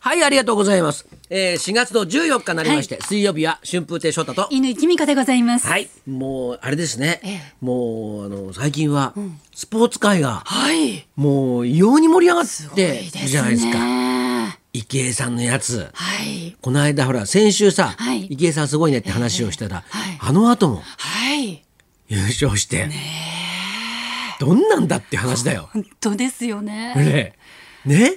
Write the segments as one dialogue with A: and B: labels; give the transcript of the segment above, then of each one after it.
A: はい、ありがとうございます。えー、4月の14日になりまして、水曜日は春風亭昇太と。
B: 犬井美子でございます。
A: はい、もうあれですね。
B: ええ
A: もうあの最近は、スポーツ界が
B: はい。
A: もう異様に盛り上がって
B: いい
A: る
B: ですね。
A: じゃないですか。
B: は
A: 池江さんのやつ。
B: い。
A: この間ほら先週さ、
B: はい
A: 池江さんすごいねって話をしたら、
B: えはい
A: あの後も
B: はい。
A: 優勝して、どんなんだって話だよ。
B: 本当ですよね。
A: ねね、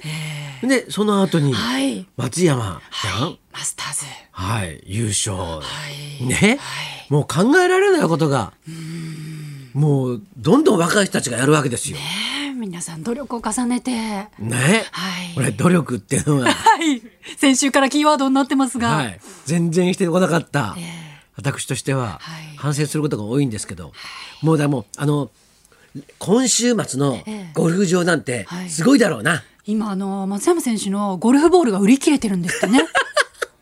A: でその後に
B: はい。
A: 松山さん、
B: はい。マスターズ。
A: はい、優勝、
B: はい。
A: ね、
B: はい
A: もう考えられないことがもうどんどん若い人たちがやるわけですよ。
B: えー皆さん努力を重ねて。は
A: ね、
B: はい
A: これ努力っていうの が、
B: い。先週からキーワードになってますが。
A: はい、全然してこなかった、
B: えー
A: 私としては
B: はい
A: 反省することが多いんですけど、もうだもうあの今週末の
B: ええ
A: ゴルフ場なんて
B: はい
A: すごいだろうな。
B: 今あの松山選手のゴルフボールが売り切れてるんです ってね。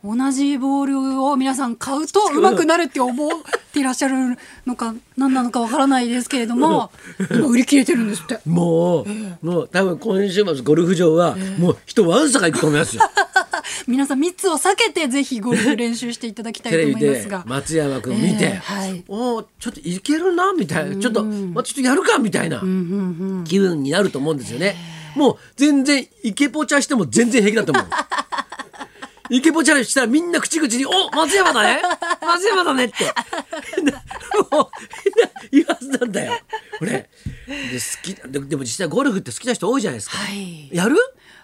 B: 同じボールを皆さん買うと上手くなるって思っていらっしゃるのか何なのかわからないですけれども今売り切れてるんですって
A: もう、もう多分今週末ゴルフ場はもう人わんさか行くと思いますよ。
B: 皆さん密を避けてぜひゴルフ練習していただきたい
A: テ
B: と
A: レビ
B: 思います
A: で
B: が
A: 松山君見て、
B: ええはい
A: おおちょっといけるなみたいなちょっとまあちょっとやるかみたいな気分になると思うんですよね、もう全然イケポチャしても全然平気だと 思うイケポチャしたらみんな口々に「お松山だね松山だね」ってもうみんな言わずなんだよ俺で好きででも実際ゴルフって好きな人多いじゃないですか、
B: はい
A: やる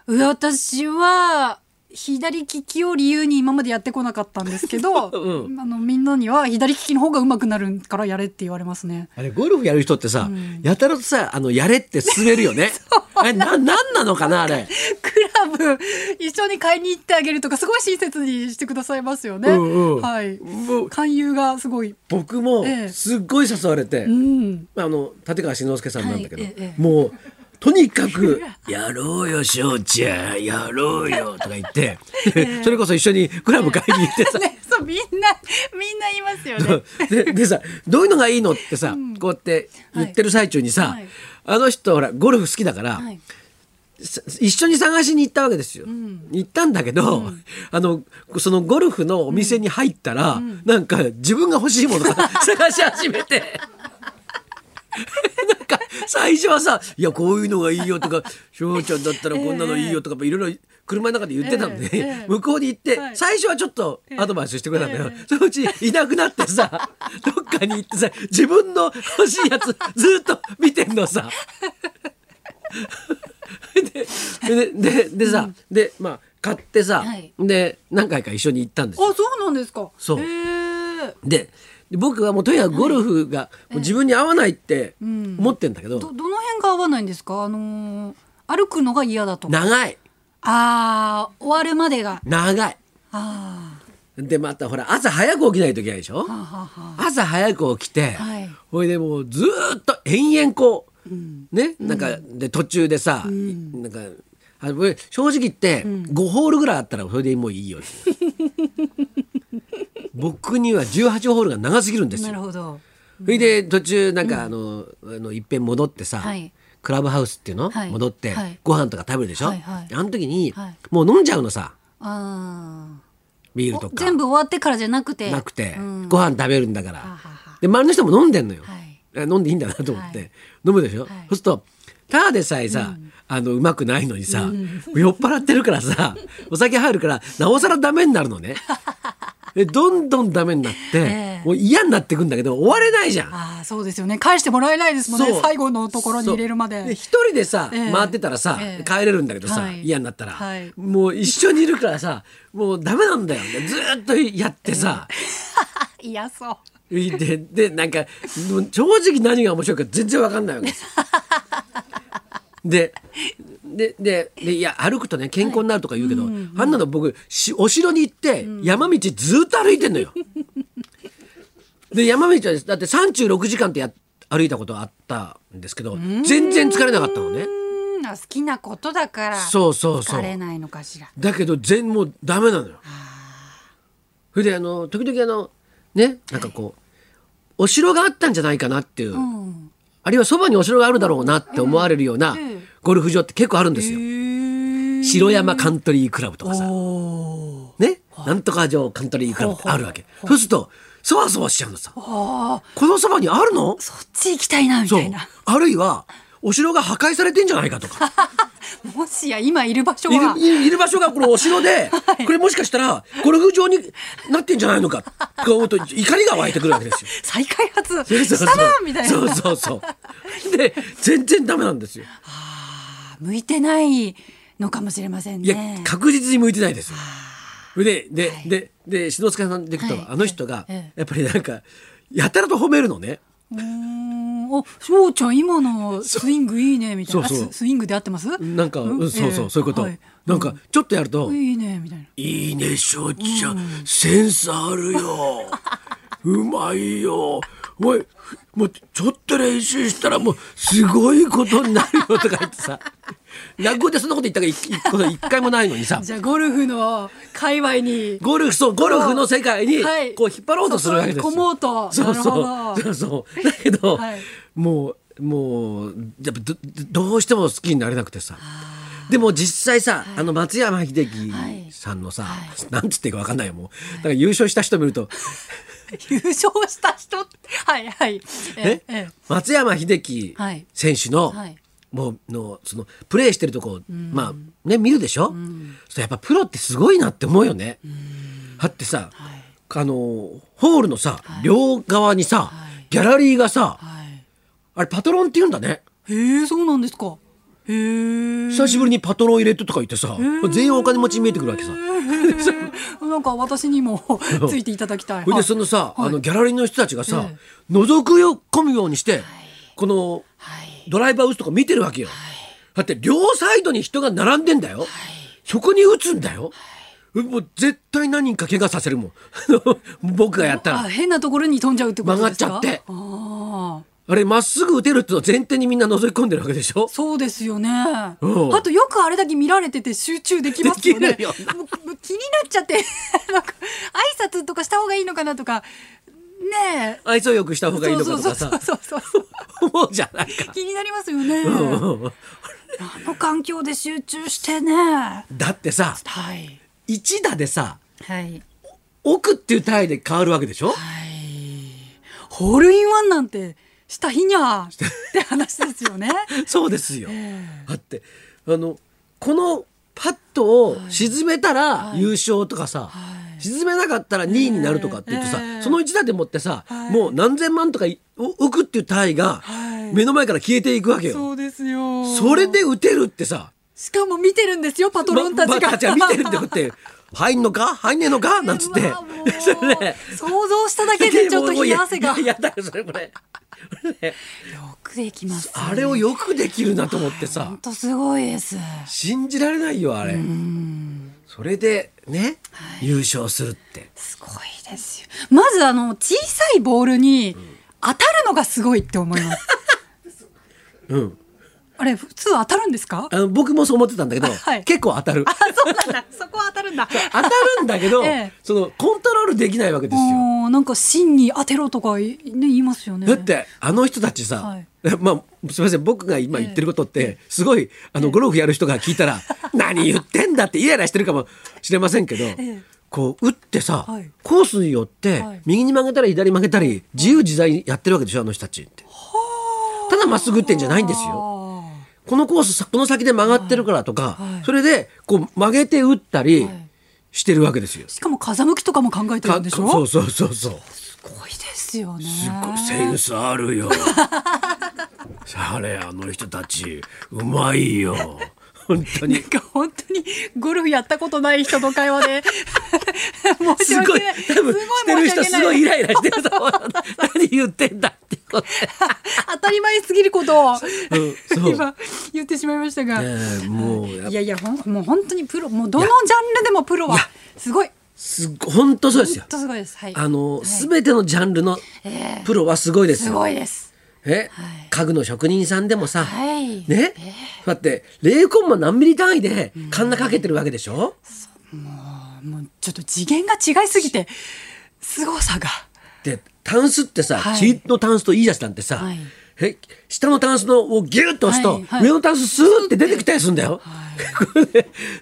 B: 私は左利きを理由に今までやってこなかったんですけど、
A: う
B: あのみんなには左利きの方が上手くなるからやれって言われますね
A: あれゴルフやる人ってさ、やたらとさあのやれって勧めるよ ねあれななんなのかなあれ
B: クラブ一緒に買いに行ってあげるとかすごい親切にしてくださいますよね。
A: うんうん
B: はい。
A: もう
B: 勧誘がすごい。
A: 僕も
B: ええ
A: すっごい誘われて、
B: うん。
A: あの立川志の輔さんなんだけど、
B: はいええええ
A: もうとにかく「やろうよ翔ちゃんやろうよ」とか言 って、 それこそ一緒にクラブ会議行ってさ、
B: ね、そうみんなみんな言いますよね。
A: ででさどういうのがいいのってさ、こうやって言ってる最中にさ、
B: はい
A: あの人ほらゴルフ好きだから、
B: はい。
A: さ一緒に探しに行ったわけですよ、行ったんだけど、あのそのゴルフのお店に入ったら、なんか自分が欲しいもの が探し始めて なんか最初はさ「いやこういうのがいいよ」と か「翔ちゃんだったらこんなのいいよ」とかいろいろ車の中で言ってたので、
B: ええええ
A: 向こうに行って、
B: はい
A: 最初はちょっとアドバイスしてくれたんだけど、そのうちいなくなってさどっかに行ってさ自分の欲しいやつずっと見てんのさ。ででででさ、でまあ買ってさ、
B: はい
A: で何回か一緒に行ったんですよ
B: あ、そうなんですか。
A: そう
B: へー
A: でで僕はもうとにかくゴルフがもう自分に合わないって思ってんだけど、
B: どどの辺が合わないんですか。あのー歩くのが嫌だとか。
A: 長い
B: ああ、終わるまでが。
A: 長い
B: あ
A: でまたほら朝早く起きないといけないでしょ、
B: あ。はあはあはあ。
A: 朝早く起きて、
B: はい
A: ほいでもうずーっと延々こう、ねなんかで途中でさ、なんかあこれ正直言って5ホールぐらいあったらそれでもういいよ 僕には18ホールが長すぎるんです
B: な
A: よ
B: る。ほど。
A: それで途中なんかあの、あのいっぺん戻ってさ、
B: はい
A: クラブハウスっていうの、
B: はい
A: 戻って
B: はい
A: ご飯とか食べるでしょ、
B: はいはい
A: あの時に、
B: はい
A: もう飲んじゃうのさ
B: あ
A: ビー
B: あ
A: ルと。か
B: 全部終わってからじゃなくて。
A: なくて、
B: うん
A: ご飯食べるんだから、
B: はは
A: で周りの人も飲んでんのよ、
B: はい
A: あ飲んでいいんだなと思って、
B: はい
A: 飲むでしょ、
B: い
A: そうするとただでさえさ、あのうまくないのにさ、酔っ払ってるからさ お酒入るからなおさらダメになるのねでどんどんダメになって、
B: ええ
A: もう嫌になってくんだけど終われないじゃん
B: ああそうですよね返してもらえないですもんね
A: そう
B: 最後のところに入れるま
A: そう
B: で
A: 一人でさ、
B: ええ
A: 回ってたらさ、
B: ええ
A: 帰れるんだけどさ、
B: はい
A: 嫌になったら、
B: はい
A: もう一緒にいるからさもうダメなんだよねずーっとやってさ、
B: いやそう
A: ででなんかもう正直何が面白いか全然わかんないわけですよででででいや歩くとね健康になるとか言うけど、あんなの僕しお城に行って山道ずーっと歩いてんのよ。で山道はだって36時間ってや歩いたことあったんですけど全然疲れなかったのね。
B: うーんあ好きなことだから
A: そうそうそう
B: 疲れないのかしら
A: だけど全もうダメなのよ。それであの時々あのねなんかこう、お城があったんじゃないかなっていう、
B: うん
A: あるいはそばにお城があるだろうなって思われるような
B: ええ
A: ゴルフ場って結構あるんですよ。
B: へえ
A: 城山カントリークラブとかさ、
B: おー
A: ね、なんとか城カントリークラブってあるわけ。そうすると、そわそわしちゃうのさ。こ
B: あー
A: のそばにあるの
B: そっち行きたいなみ
A: そ
B: た
A: う
B: いな。
A: あるいは、お城が破壊されてんじゃないかとか。
B: もしや今いる場所
A: いる
B: はい
A: るいる場所がこのお城 で、これもしかしたらゴルフ場になってんじゃないのかと思うと怒りが湧いてくるわけです よ。
B: 再開発
A: そうそう
B: し
A: そう
B: たなみたいな
A: そうそうそう。で全然ダメなんですよ。
B: 向いてないのかもしれません
A: いや、
B: ね。
A: 確実に向いてないですよ。それでで、でで篠塚さんでいくと、
B: はい
A: あの人が
B: ええ
A: やっぱりなんかやたらと褒めるのね。
B: うーんお翔ちゃん今のスイングいいねみたいな
A: そうそう
B: あススイングで合ってます
A: なんか、うんそうそうそういうこと。
B: な
A: なんかちょっとやると。
B: いいねみたいない
A: いね、承知者、センスあるよ。うまいよ。おい、もうちょっと練習したらもうすごいことになるよとか言ってさ。落語でそんなこと言ったがい一こと一回もないのにさ。
B: じゃあゴルフの界隈に
A: ゴルフ、そう、ゴルフの世界に
B: はい
A: こう引っ張ろうとするわけですよ。
B: そこに込もうと
A: そう
B: な
A: そ
B: る
A: う。
B: ほ
A: そ
B: ど
A: うそう。だけど、
B: はい
A: もう、もう、やっぱどどうしても好きになれなくてさ。でも実際さ、あの松山英樹さんのさ、なんつっていいかわかんないよもう。だから優勝した人見ると、
B: 優勝した人ってはいはい
A: え
B: え
A: 松山英樹
B: はい
A: 選手の、
B: はい
A: もうのそのプレーしてるとこを、まあね見るでしょ、そうするとやっぱプロってすごいなって思うよね。だってさ、あのホールのさ、両側にさ、ギャラリーがさ
B: はい
A: あれパトロンって言うんだね。
B: へえそうなんですかへえ
A: 久しぶりにパトロン入れてとか言ってさ、全員お金持ちに見えてくるわけさ。
B: なんか私にもついていただきたい
A: それ
B: は
A: で
B: い
A: そのさ、あのギャラリーの人たちがさ、
B: え
A: 覗くよ込むようにして、この
B: はい
A: ドライバー打つとか見てるわけよ。だって両サイドに人が並んでんだよ。そこに打つんだよ。もう絶対何人か怪我させるもん。 僕がやった
B: あ
A: ら。
B: 変なところに飛んじゃうってことですか
A: 曲がっちゃって
B: ああ
A: あれまっすぐ打てるってのを前提にみんな覗き込んでるわけでしょ。
B: そうですよね。あ
A: うん
B: とよくあれだけ見られてて集中できますよね。
A: できるよな
B: もうもう気になっちゃって なんか挨拶とかした方がいいのかなとかねえ。
A: 愛想よくした方がいいのかとかさ
B: そう、そうそうそう
A: 思うじゃないか。
B: 気になりますよね。あ
A: うん
B: の環境で集中してね。は
A: だってさ、
B: い
A: 一打でさ、
B: はい
A: 奥っていう単位で変わるわけでしょ。
B: はい。ホールインワンなんてした日にゃって話ですよね。
A: そうですよ。だってあのこのパットを沈めたら優勝とかさ、
B: はい
A: 沈めなかったら2位になるとかって言ってさ、
B: ええええ
A: その一打でもってさ、
B: はい
A: もう何千万とかいお億っていう単位が
B: はい
A: 目の前から消えていくわけよ。
B: そうですよ。
A: それで打てるってさ、
B: しかも見てるんですよパトロンたち
A: バ
B: が。
A: バカたちが見てるってことっ て入んのか入んねえのかなんつって
B: うわもう
A: それで
B: 想像しただけでちょっと冷や汗が
A: いやいやだよそれこれこれね
B: よくできます
A: あれをよくできるなと思ってさ
B: 本。当すごいです
A: 信じられないよあれそれでね、優勝するって
B: すごいですよまずあの小さいボールに当たるのがすごいって思います
A: うん
B: あれ普通当たるんですか
A: あの僕もそう思ってたんだけど、
B: はい
A: 結構当たる
B: あそうなんだそこは当たるんだ
A: 当たるんだけど、
B: ええ
A: そのコントロールできないわけですよ
B: おーなんか芯に当てろとかい、ね、言いますよね
A: だってあの人たちさ、
B: はい
A: まあすみません僕が今言ってることって、すごいあのゴルフやる人が聞い たら、何言ってんだってイライラしてるかもしれませんけど、
B: え
A: こう打ってさ、
B: はい
A: コースによって、
B: はい
A: 右に曲げたり左に曲げたり自由自在にやってるわけでしょあの人たちって。ただまっすぐ打ってんじゃないんですよ。
B: よ
A: このコースさこの先で曲がってるからとか、
B: はいはい
A: それでこう曲げて打ったり
B: はい
A: してるわけですよ。
B: しかも風向きとかも考えてるんでし
A: かそ
B: ょ
A: うそうそうそう。
B: すごいですよね
A: すっごいセンスあるよ。あれあの人たちうまいよ。本当に。
B: なんか本当にゴルフやったことない人の会 話で申し
A: すご
B: 訳
A: い
B: ない
A: 多分してる人すごいイライラしてると思う 何言ってんだってこと
B: 当たり前すぎることを、
A: そう
B: 今言ってしまいましたが、
A: ねえもうやっ
B: い
A: ぱ
B: やいやほんもう本当にプロもうどのジャンルでもプロはすごい
A: すごい本当そうですよ
B: 本。当すごいですはい
A: あの
B: はい
A: すべてのジャンルの
B: ええ
A: プロはすごいです
B: す
A: よ。
B: ごいです
A: え、
B: はい
A: 家具の職人さんでもさ、
B: はい
A: ね、だって0コンマ何ミリ単位でカンナかけてるわけでしょ、
B: あもうちょっと次元が違いすぎて凄さが
A: でタンスってさ、
B: はい
A: チリのタンスといいやつなんてさ、
B: はい
A: へ下のタンスのをギュッと押すと、
B: はいはい
A: 上のタンススーって出てきたりするんだよ。 こ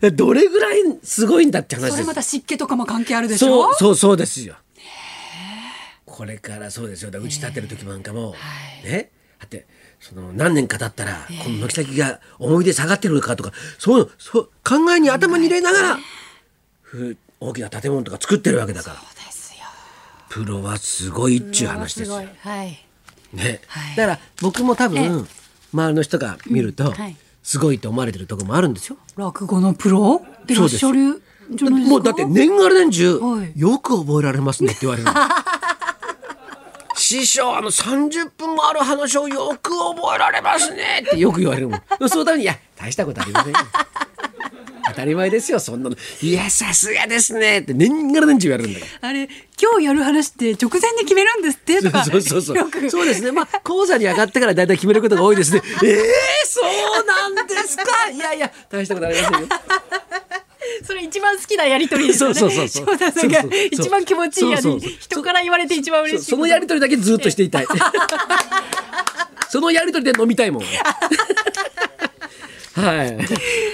A: れどれぐらいすごいんだって話です
B: それまた湿気とかも関係あるでし
A: そ
B: ょ
A: うそうそうですよ。これからそうですよ。だから打ち立てる時なんかも、ね。だってその何年か経ったら、この軒先が思い出下がってるのかとかそういうのそう考えに頭に入れながら、ふ大きな建物とか作ってるわけだから
B: そうですよ
A: プロはすごいっちゅう話ですよ。
B: ごいはい
A: ね、
B: はい
A: だから僕も多分周りの人が見ると、
B: んはい
A: すごいと思われてるとこもあるんですよ。
B: 落語のプロでいらっしゃるんじゃないですか
A: もうだって年がら年中、
B: はい
A: よく覚えられますねって言われ るの師匠あの30分もある話をよく覚えられますねってよく言われるもんでもそのためにいや大したことありません よ当たり前ですよそんなのいやさすがですねって年がら年中言われるんだから
B: あれ今日やる話って直前に決めるんですってとか
A: そうそうそう
B: よ
A: そう。
B: く
A: そうですね。まあ講座に上がってからだいたい決めることが多いですね。ええそうなんですか。いやいや大したことありませんよ。
B: それ一番好きなやりとりですよね
A: そうそうそうそう
B: 翔太さんが
A: そうそうそう
B: 一番気持ちいいや
A: そう
B: り
A: そうそう
B: 人から言われて一番嬉しい
A: そそのやりとりだけずっとしていたい。そのやりとりで飲みたいもん。はい。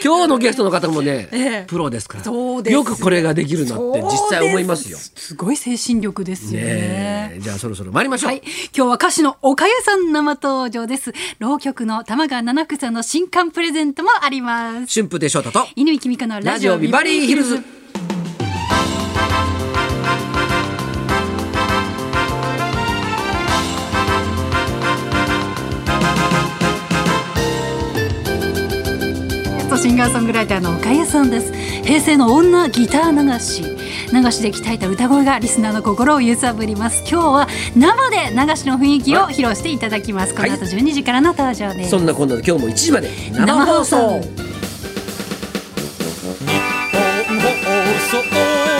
A: 今日のゲストの方もね、
B: ええ
A: プロですから
B: そうです
A: よくこれができるなって実際思いますよ。
B: そうですすごい精神力ですよね
A: ねえじゃあそろそろ参りましょう。
B: はい、今日は歌手のおかゆさん生登場です浪曲の玉川七草の新刊プレゼントもあります
A: 春風亭昇太と
B: 犬木美香の
A: ラ
B: ラ
A: ジ
B: ジ
A: オ
B: オ
A: ビ
B: ビ
A: バ
B: バ
A: リ
B: リ
A: ー
B: ー
A: ヒ
B: ヒ
A: ル
B: ル
A: ズ
B: ズ。シンガーソングライターの岡谷さんです平成の女ギター流し流しで鍛えた歌声がリスナーの心を揺さぶります今日は生で流しの雰囲気を披露していただきます、
A: はい
B: この後12時からの登場です
A: そんなこんなで今日も1時まで生
B: 生
A: 放送
B: 放送。
C: 放送